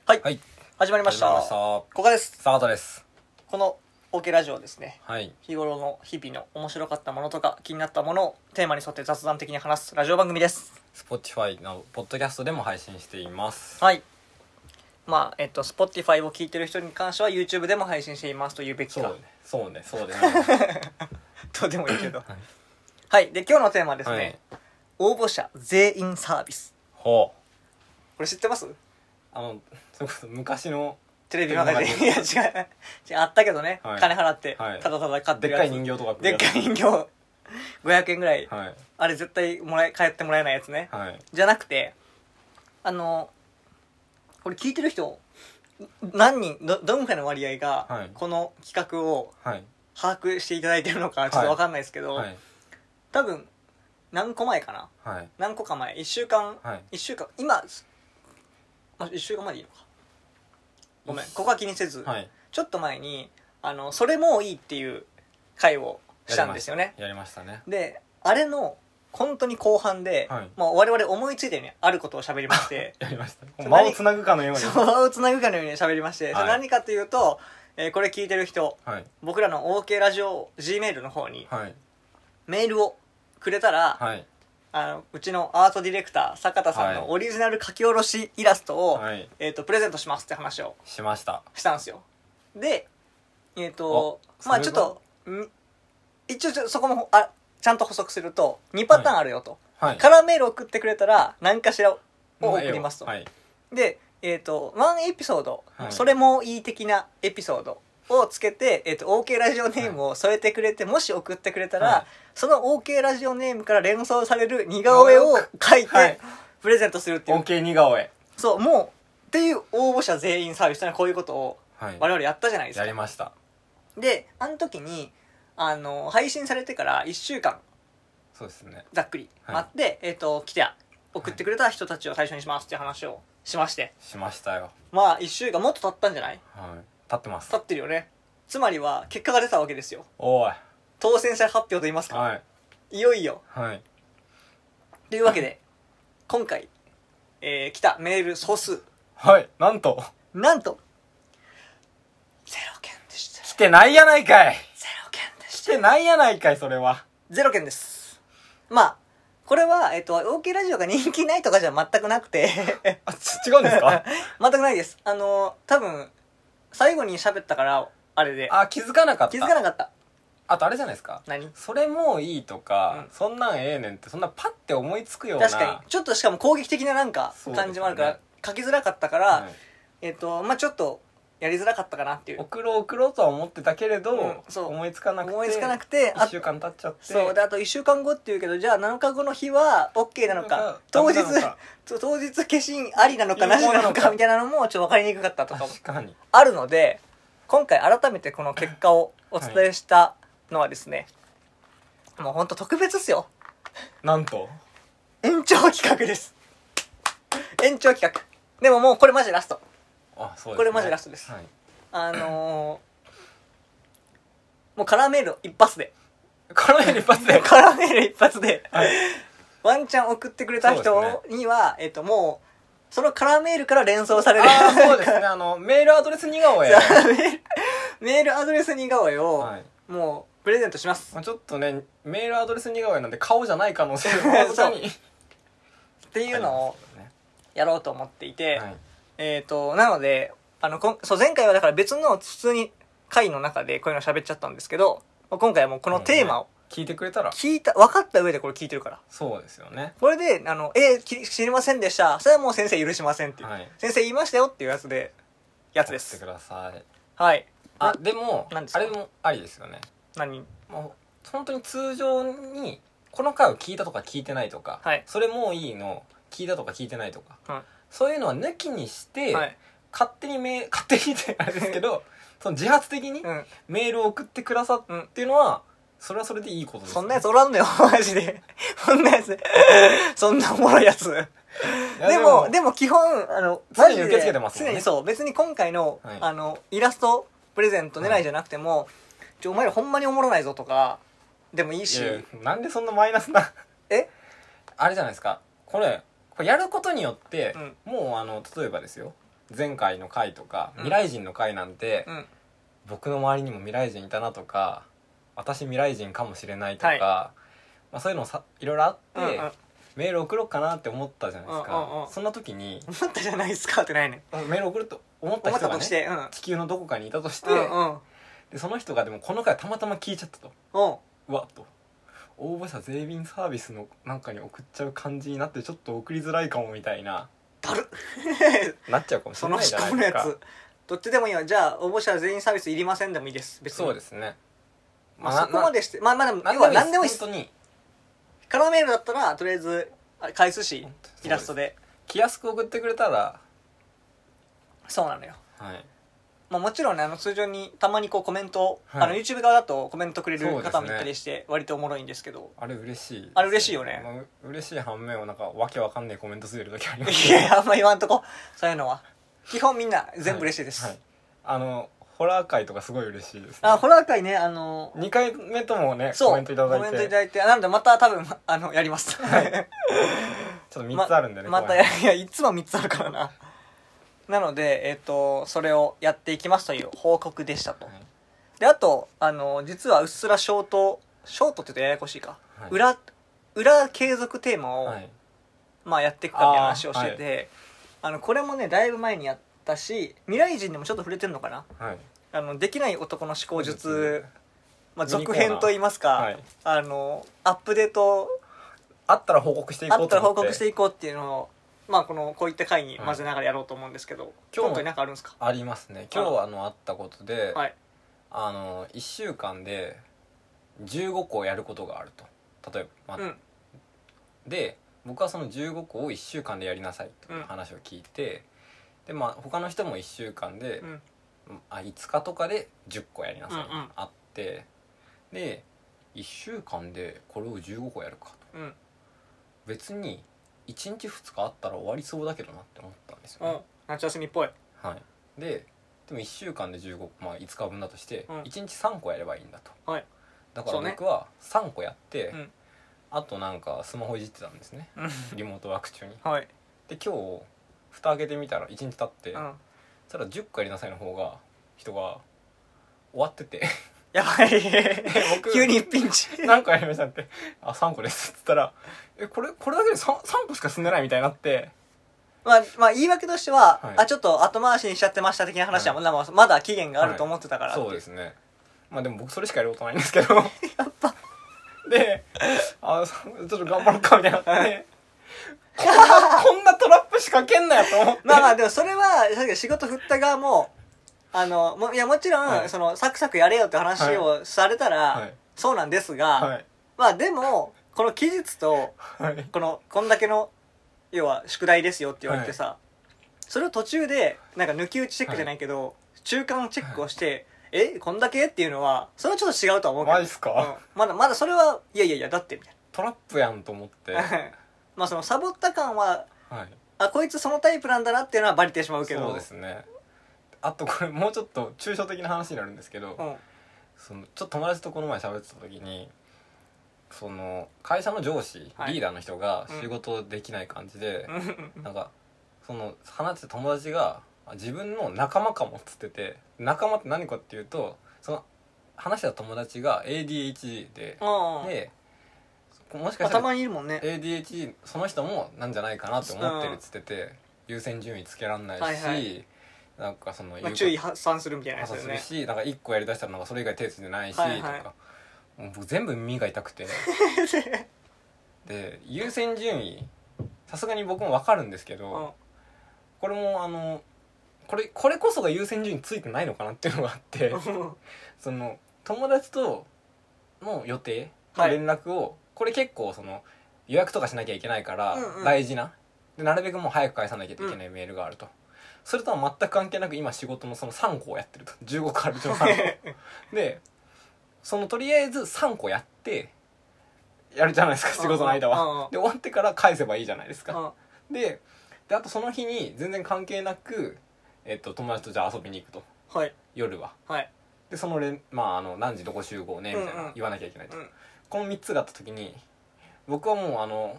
始まりました始まりましたここですスタートですこのオケラジオはですねはい日頃の日々の面白かったものとか気になったものをテーマに沿って雑談的に話すラジオ番組です Spotify のポッドキャストでも配信していますはいまあえっと Spotify を聞いてる人に関しては YouTube でも配信していますというべきそうかねそうねそうですねとでもいいけ どはいで今日のテーマはですね、はい応募者全員サービスほうこれ知ってますあのそれこそ昔のテレビの中でテレいや違う違うあったけどね、はい金払ってはいただただ買ってでっるやかつ、い人形とかでっかい人形500円ぐらい、はいあれ絶対もらえ帰ってもらえないやつね、はいじゃなくてあのこれ聞いてる人何人どどんぐらいの割合はがいこの企画をはい把握していただいてるのかちょっと分かんないですけど、はい多分何個前かなはい何個か前1週間、はい一週間今、ま1週間までいいのかごめんここは気にせず、はいちょっと前にあのそれもういいっていう回をしたんですよねやりましたねであれの本当に後半で、はいもう我々思いついたようにあることを喋りましてやりました何間をつなぐかのようにそのをつなぐかのように喋りまして、それはい何かというと、えーこれ聞いてる人はい僕らの OK ラジオ G メールの方にはいメールをくれたら、はいあのうちのアートディレクター坂田さんのはいオリジナル書き下ろしイラストを、はいえー、とプレゼントしますって話をしましたしたんですよでえっ、とあまあちそょれっがとん一応ちょそこもあちゃんと補足すると2パターンあるよと、はいカラーメール送ってくれたら何かしらをもう送ええよりますと、はいでえっ、とワンエピソード、はいそれもいい的なエピソードをつけて、えー、と OK ラジオネームを添えてくれて、もし送ってくれたら、はいその OK ラジオネームから連想される似顔絵を書いはいてプレゼントするっていう、 OK 似顔絵そうもうっていう応募者全員サービスというのはこういうことをはい我々やったじゃないですやかりましたであの時にあの配信されてから1週間そうですねざっくりはい待って、えっ、と来て送ってくれた人たちを対象にしますっていう話をしましてしましたよまあ1週間もっと経ったんじゃないはい立ってます経ってるよねつまりは結果が出たわけですよおい当選者発表と言いますか、はいい、よいよはいというわけで 今回、えー来たメール総数はいなんとなんとゼロ件でした来てないやないかいゼロ件でし来たてないやないかいそれはゼロ件ですまあこれは、えっと、OK ラジオが人気ないとかじゃ全くなくてあち違うんですか全くないですあの多分最後に喋ったから あれであ気づかなかった気づかなかったあとあれじゃないですか何それもういいとか、うんそんなんええねんってそんなパッて思いつくような確かにちょっとしかも攻撃的ななんかそうですね感じもあるから、書きづらかったから、はいえっとまあちょっとやりづらかったかなっていう送ろう送ろうとは思ってたけれど、うんそう思いつかなくて思いつかなくてあ1週間経っちゃってそうであと1週間後っていうけどじゃあ7日後の日は OK なのかダ当メ日なのかと当日消し印ありなのかなしなの有効なのかかみたいなのもちょっと分かりにくかったとかも確かにあるので今回改めてこの結果をお伝えしたのはですね、もうほんと特別っすよなんと延長企画です延長企画でももうこれマジラストあそうです、ね、これマジラストですはい、あのー、もうカラーメール一発でこのように一発でカラーメール一発ではいワンチャン送ってくれたそう人でには、えっともうそのカラーメールから連想されるああそうですねあのメールアドレス似顔絵、カラ ーメールメールアドレス似顔絵を、はいもうプレゼントしますまあ、ちょっとねメールアドレス似顔絵なんで顔じゃない可能性もあ るそうにっていうのをやろうと思っていて、はいえっ、となのであのこんそう前回はだから別の普通に回の中でこういうの喋っちゃったんですけどまあ今回はもうこのテーマを聞いてくれたら聞いた分かった上でこれ聞いてるからそうですよねこれで「あのえーき知りませんでした」それはもう先生許しませんっていう、はい先生言いましたよっていうやつでやつで送っすてくださいはいあでも何ですかあれもありですよね何もう本当に通常にこの回を聞いたとか聞いてないとか、はいそれもういいの聞いたとか聞いてないとか、はいそういうのは抜きにして、はい、勝手にメー 勝手にってあれです けどその自発的にうん、メールを送ってくださっうんていうのはそれはそれでいいことです、そんなやつおらんのよマジで そんなやつそんなおもろいやついやでもでも基本あの常にマジで受け付けてますもんね常にそう別に今回の,、はいあのイラストプレゼント狙いじゃなくても、ちょお前らほんまにおもろないぞとかでもいいしいやいやなんでそんなマイナスなえあれじゃないですかこれこれやることによってうん、もうあの例えばですよ前回の回とか、うん未来人の回なんて、うん僕の周りにも未来人いたなとか私未来人かもしれないとか、はいまあ、そういうのさいろいろあって、うんうんメール送ろうかなって思ったじゃないですか、うんうんうんそんな時に思ったじゃないですかってないねメール送ると思った思っ人たが、としね、てうん地球のどこかにいたとして、うんうんでその人がでもこの回たまたま聞いちゃったとおううわっと応募者税便サービスのなんかに送っちゃう感じになってちょっと送りづらいかもみたいなだる なっちゃうかもしそれのない思じゃない考のでやすかつどっちでもいいわじゃあ応募者全員サービスいりませんでもいいです別にそうですねまあ、そこまでしてまあまあでもな要は何でもいいっす本当にカラーメールだったらとりあえずあれ返すし本当そうですイラストで気安く送ってくれたらそうなのよはいまあ、もちろんねあの通常にたまにこうコメントを、はいあの YouTube 側だとコメントくれそうるです方ねもいたりして割とおもろいんですけどあれ嬉しいです、あれ嬉しいよねまあう嬉しい反面をなんかわけわかんないコメントする時ありますいやあんま言わんとこ そういうのは基本みんな全部嬉しいです、はいあのホラー界とかすごい嬉しいです、ね、あホラー界ねあの2回目ともねそうコメントいただいてコメントいただいてあなのでまた多分 まあのやりますちょっと3つあるんで ね、ままコたメンやいやいつも3つあるからななのでえっ、とそれをやっていきますという報告でしたトと、であとあの実はうっすらショートショートって言うとややこしいか、はい裏裏継続テーマを、はいはいまあ、やっていくかっていう話をしててあ、のこれもねだいぶ前にやったし未来人でもちょっと触れてるのかなはいあのできない男の思考術、まあ、ミニ続コーナー編といいますか、はいあのアップデートあったら報告していこうあっと思ってたら報告していこうっていうのを、まあ、このこういった回に混ぜながらやろうと思うんですけど、今日も今回なんかあるんですかありますね今日はあのあったことで、はいあの1週間で15個やることがあると例えば、まあうんで僕はその15個を1週間でやりなさいという話を聞いて、でまあ他の人も1週間で、うんあ5日とかで10個やりなさい、うんうんあってで1週間でこれを15個やるかとうん別に1日2日あったら終わりそうだけどなって思ったんですようね、ん夏休みっぽいはい、ででも1週間で15個、まあ、5日分だとして、うん1日3個やればいいんだと、はいだからそうね僕は3個やって、うんあとなんかスマホいじってたんですねリモートワーク中にはい、で今日蓋開けてみたら1日経って、うん、そしたら10個やりなさいの方が人が終わっ ててやば い僕急にピンチ何個やりましたって「あ三3個です」っつったら「えこれこれだけで 3, 3個しか進んでない」みたいになってまあ、まあ、言い訳としては、はいあ、ちょっと後回しにしちゃってました的な話は、まだまだ期限があると思ってたからっていう、そうですねまあでも僕それしかやることないんですけどやっぱであそちょっと頑張ろうかみたいになってこんなこんなトラップ仕掛けんなよと思ってまあまあでもそれはさっき仕事振った側もあのもいやもちろん、はいそのサクサクやれよって話をされたら、はいそうなんですが、はいまあでもこの期日とはいこのこんだけの要は宿題ですよって言われてさ、それを途中でなんか抜き打ちチェックじゃないけど、中間チェックをして、えこんだけっていうのはそれはちょっと違うとは思うけど、マジっすか、うんまだまだそれはいやいやいやだってみたいトラップやんと 思ってなまあそのサボった感ははいあこいつそのタイプなんだなっていうのはバレてしまうけどそうですねあとこれもうちょっと抽象的な話になるんですけど、うんそのちょっと友達とこの前喋ってた時にその会社の上司、はいリーダーの人がうん仕事できない感じで、うんうんうんなんかその話してた友達があ自分の仲間かもっつってて仲間って何かっていうとその話してた友達が ADHD で、うんうんでもしかまあ、したたらまにいるもんね ADHD その人もなんじゃないかなって思ってるっつってて、優先順位つけらんないし、はいはいなんかそのまあ、言うこと注意発散するみたいなやつ朝だよするねし、なんか1個やりだしたらなんかそれ以外手ついてないし、はいはいとかもう僕全部耳が痛くて で優先順位さすがに僕も分かるんですけど、うんこれもあのこれこれこそが優先順位ついてないのかなっていうのがあってその友達との予定のはい連絡を、これ結構その予約とかしなきゃいけないからうんうん大事な、でなるべくもう早く返さなきゃいけないメールがあると、それとは全く関係なく今仕事のその3個をやってると15個あるうちの3個 でそのとりあえず3個やってやるじゃないですか仕事の間うんうんうはんで終わってから返せばいいじゃないですか、うんでであとその日に全然関係なく、えっと、友達とじゃあ遊びに行くとはい夜ははいでその連まああの何時どこ集合ねみたいうんうなん言わなきゃいけないと、うんこの3つがあった時に僕はもうあの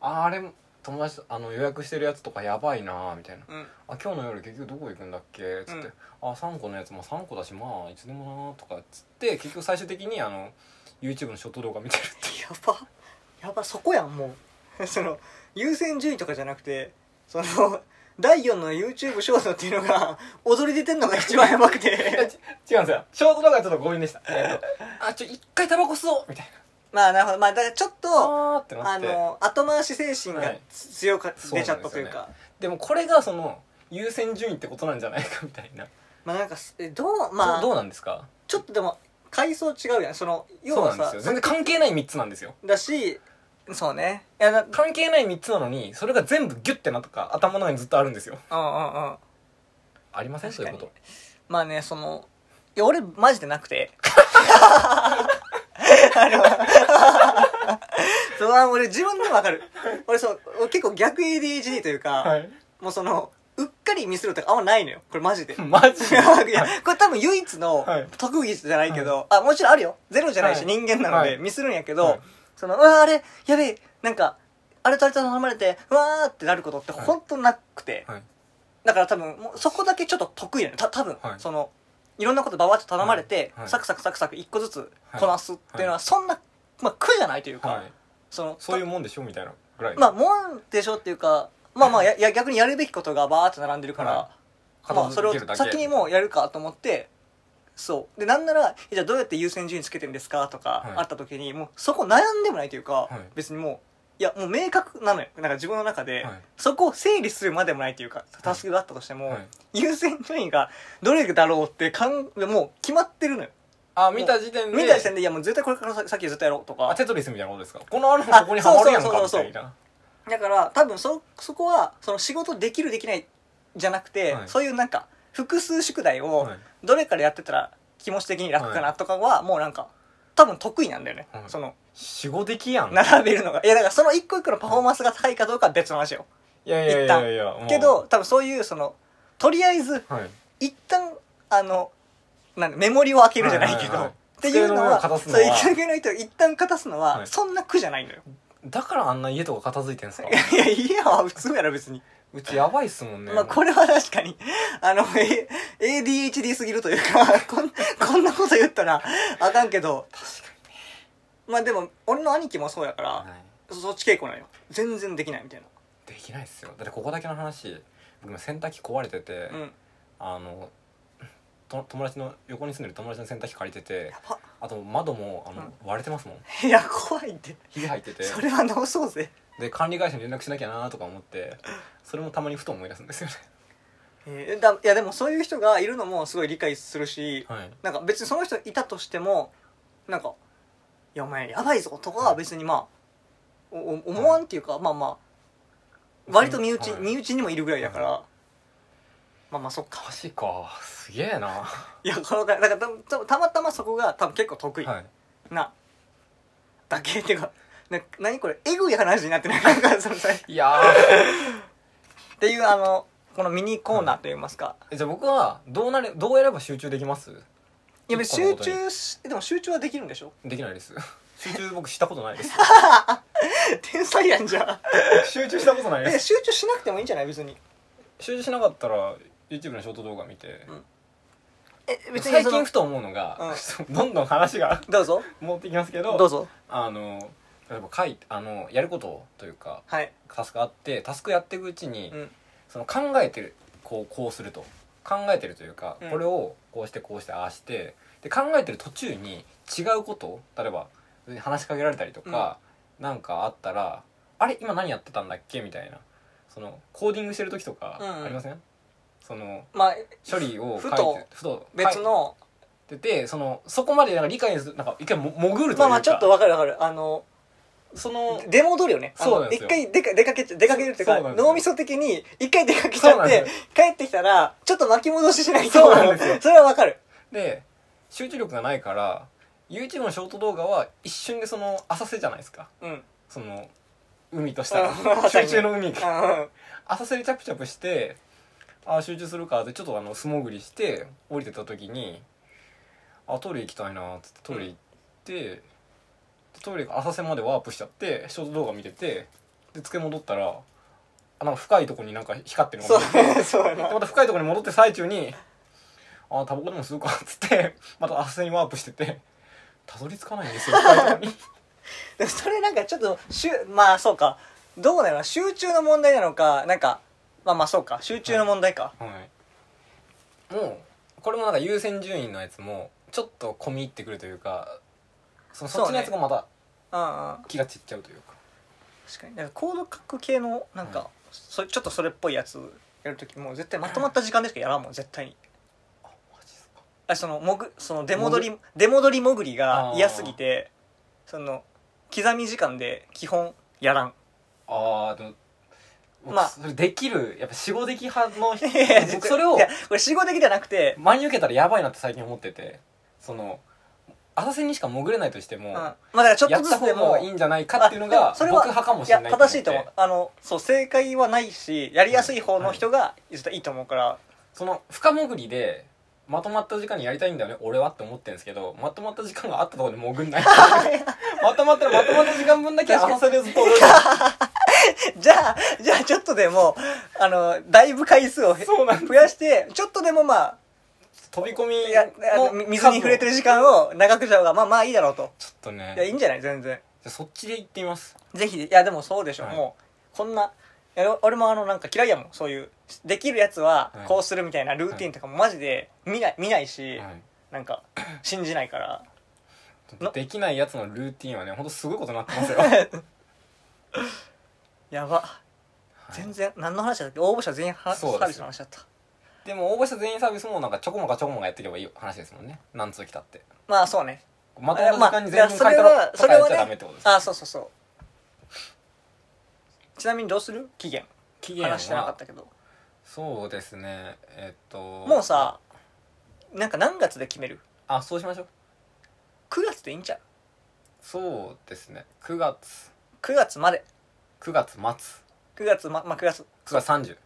あーあれ友達とあの予約してるやつとかやばいなみたいなうんあ今日の夜結局どこ行くんだっけつって、あ3個のやつも3個だしまあいつでもなとかっつって結局最終的にあの YouTube のショット動画見てる っていうやばやばそこやんもう その優先順位とかじゃなくてその 第4の YouTube ショートっていうのが踊り出てんのが一番やばくいや てち違うんですよショート動画はちょっと強引でした、えーと あちょ一回タバコ吸おうみたいまあなるほどまあだからちょっなとあーってなあっての後回し精神はがいつ強くそう出なんちゃったというですよか、でもこれがその優先順位ってことなんじゃないかみたいな、まあなんかすえどうまあどうどうなんですかちょっとでも階層違うやんその要そうなはんでさすよ全然関係ない3つなんですよだしそうねいやなうん関係ない3つなのにそれが全部ギュッてなとか頭の中にずっとあるんですようんうんありませんそういうことまあねそのいや俺マジでなくて あの そうあ俺自分でもわかる俺そう俺結構逆 ADHD というか、はいもうそのうっかりミスるとかあんまないのよこれマジでマジ いでやこれ多分唯一のはい特技じゃないけど、あもちろんあるよゼロじゃないし、はい人間なのはでいミスるんやけど、はいそのうわあれやべえなんかあれとあれと離れてうわーってなることって本当なくて、はいだから多分もうそこだけちょっと得意なのた多分、はいそのいろんなことばばっと頼まれて、はいはいサクサクサクサク一個ずつはいこなすっていうのはそんな、まあ、苦じゃないというか、はいそのそういうもんでしょみたいなぐらいまあもんでしょっていうかま あまあやや逆にやるべきことがバーって並んでるから、はまあ、それを先にもうやるかと思ってそうでなんならえじゃあどうやって優先順位つけてんですかとかはいあった時に、もうそこ悩んでもないというか、はい別にもういやもう明確なのよなんか自分の中で、はいそこを整理するまでもないというかタスクがあったとしても、はい優先順位がどれだろうってかんもう決まってるのよあ見た時点で見た時点でいやもう絶対これからさ先ずっとやろうとあかテトリスみたいなことですかこの穴ここにはまるやんかあみそうそうそうそうたいなだから多分そそこはその仕事できるできないじゃなくて、はいそういうなんか複数宿題を、はいどれからやってたら気持ち的に楽かなとかはもうなんか多分得意なんだよね、はいその死後的やん並べるのがいやだからその一個一個のパフォーマンスが高いかどうかは別の話よいやいやいやいやもうけど多分そういうそのとりあえずはい一旦あのなんだメモリを開けるじゃないけど、はいはいはいっていうのは机の上をかたすのそうは一の人を一旦かたすのは、はいそんな苦じゃないのよ だからあんな家とか片付いてんすかいやいやは普通やろ別に、うちやばいっすもんねまあこれは確かにあのえ ADHD すぎるというか こんこんなこと言ったらあかんけど確かまあでも俺の兄貴もそうやから、に、はいそっち稽古なんよ全然できないみたいできないっすよだってここだけの話僕今洗濯機壊れてて、なうんあのと友達の横に住んでる友達の洗濯機借りててやばあと窓もあの、うん割れてますもんいや怖いってひび入っててそれは直そうぜで管理会社に連絡しなきゃなとか思ってそれもたまにふと思い出す んですよねえーだいやでもそういう人がいるのもすごい理解するしはいなんか別にその人いたとしてもなんか「いやお前やばいぞ」とかは別にまあおお思わんっていうかまあまあ割と身内はい身内にもいるぐらいだからまあまあそっか マジかすげえなはいやこのだからたたたまたまそこが多分結構得い意なだけっていうかな何これえぐい話になってない なんかそのさいやーっていうあのこのミニコーナーといいますか、えじゃあ僕はどうなれどうやれば集中できますいや別一に集個のことに中しでも集中はできるんでしょ できないです集中僕したことないです天才やんじゃ僕集中したことないでえす集中しなくてもいいんじゃない別に集中しなかったら YouTube のショート動画見て、うんえ別に最その近ふと思うのが、う どんどん話がどうぞ戻ってきますけどどうぞあの例えば書いあのやることというかはいタスクあってタスクやっていくうちに、うんその考えてるこうこうすると考えてるというか、うんこれをこうしてこうしてああしてで考えてる途中に違うこと例えば話しかけられたりとか、なんかあったらあれ今何やってたんだっけみたいなそのコーディングしてる時とかうんうんありません、そのまあ処理をふ書いとてふと別の、書いててそのそこまでなんか理解するなんか一回も潜るというかまあまあちょっとわかるわかるあのその出戻るよねあのそうなんです一よ回出か出かけちゃ出かけるっていうかそうなんですよ脳みそ的に一回出かけちそうゃなっんてです帰ってきたらちょっと巻き戻ししないとそうなんですよ それはわかるで集中力がないから YouTube のショート動画は一瞬でその浅瀬じゃないですかうんその海としたらうん集中の海があ 浅瀬でチャプチャプしてああ集中するかってちょっとあの素潜りして降りてた時にあトイレ行きたいなっつってトイレ行って、トイレが浅瀬までワープしちゃってショート動画見ててで机戻ったらあなんか深いとこになんか光ってるのそがうそう やなまた深いところに戻って最中に「ああタバコでも吸うか」っつってまた明日にワープしててたどり着かないんですよ深いとこにでもそれなんかちょっとしゅまあそうかどうなの集中の問題なのかなんかまあまあそうか集中の問題か、はいもうこれもなんか優先順位のやつもちょっと込み入ってくるというかそのそっちのやつがまたうんうん気が散っちゃうというか確かになんかコード書く系のなんか、そちょっとそれっぽいやつやるときもう絶対まとまった時間でしかやらんもん絶対にあマジですかあそのもぐその出戻り出戻り潜りが嫌すぎてその刻み時間で基本や らんああでも僕まあそれできるやっぱ45でき派の 人僕それいをやこれ死後的じゃなくて真に受けたらやばいなって最近思っててその浅瀬にしか潜れないとしても、うんまあだからちょっやとっずたつで方もがいいんじゃないかっていうのがあで僕もそれは派かもいしれやない正しいと思思っうてあのそう正解はないしやりやすい方の人が絶対いいと思うから、 その深潜りでまとまった時間にやりたいんだよね俺はって思ってるんですけどまとまった時間があったところで 潜んないまとまったらまとまった時間分だけ浅瀬でずっと泳いでじゃあじゃあちょっとでもあのだいぶ回数をへそうなん増やしてちょっとでもまあ飛び込みいやあののみ水に触れてるる時間を長くした方がまあまあいいだろうとちょっとねいやいいんじゃない全然じゃあそっちで行ってみますぜひいやでもそうでしょ、はいもうこんないや俺もあのなんか嫌いやもんそういうできるやつははいこうするみたいなルーティンとかもマジで見ない見ないし、はいなん か信じないからのできないやつのルーティンはねほんとすごいことになってますよやば 全然何の話だっけ応募者全員はサそうですよービスの話だったでも応募者全員サービスもなんかちょこまかちょこまかやっていけばいい話ですもんね何通来たってまあそうねまとまった時間に全まあ員そ書いれたはらそれとかやはっちねゃダメってことですあそうそうそうちなみにどうする期限期話してなかったけどそうですねえっともうさなんか何月で決めるあそうしましょう9月でいいんちゃうそうですね9月9月まで9月末9 9月ままあ9月月30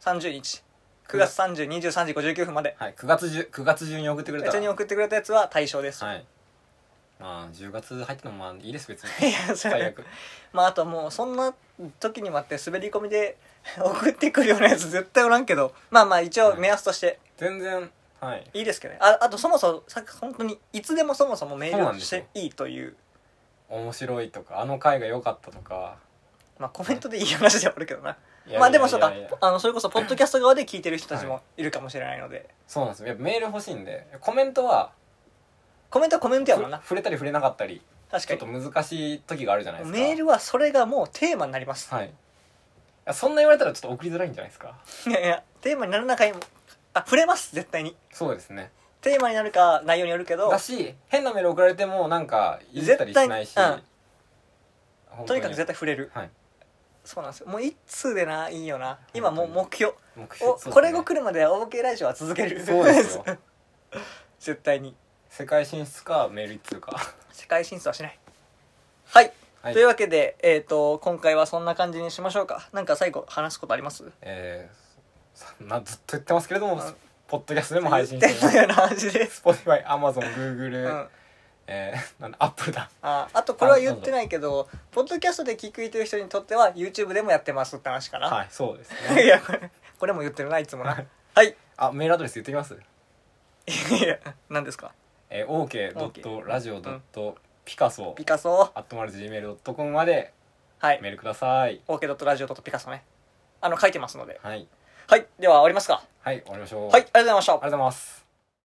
30日9月3023時59分まではい9月中9月中に送ってくれた別にら送ってくれたやつは対象です、はいまあ10月入ってのもまあいいです別 にいやそ最れ悪まああともうそんな時に待って滑り込みで 送ってくるようなやつ絶対おらんけどまあまあ一応目安として全然はいいいですけどねああとそもそもさ本当にいつでもそもそもメそうなーんルでしすよていいという面白いとかあの回が良かったとかまあコメントでいい話ではあるけどないやまあでもそういかやいやいやあのそれこそポッドキャスト側で聞いてる人たちもいるかもしれないので、そうなんですよやっぱメール欲しいんでコメントはコメントはコメントやもんな触れたり触れなかったり確ちかょっにと難しい時があるじゃないですかメールはそれがもうテーマになりますはいいやそんな言われたらちょっと送りづらいんじゃないですかいやいやテーマにならなかいあ触れます絶対にそうですねテーマになるか内容によるけどだし変なメール送られてもなんかいじったりしないし、絶対うん本と当にかく絶対触れるはいそうなんですよもう一通でないいよな今もう目標目標おそうですねこれが来るまでオーケーラジオは続けるそうですよ 絶対に世界進出かメール一通か世界進出はしないはい、はいというわけで、えー、と今回はそんな感じにしましょうかなんか最後話すことありますえー、さなずっと言ってますけれどもうんポッドキャストでも配信して 言っいてまたよすうな話です、 Spotify、Amazon、う Google、ん、えー、なんだ Apple だああとこれは言ってないけどポッドキャストで聞くいてる人にとっては YouTube でもやってますって話かな、はいそうですい ねやこれこれも言ってるないつもなはいあメールアドレス言ってきますいや何ですかえー、ok.radio.picasso、ピカソアットマル gmail.com まではいメールください OK.radio.picasso ねあの書いてますのではいはいでは終わりますかはい終わりましょうはいありがとうございましたありがとうございます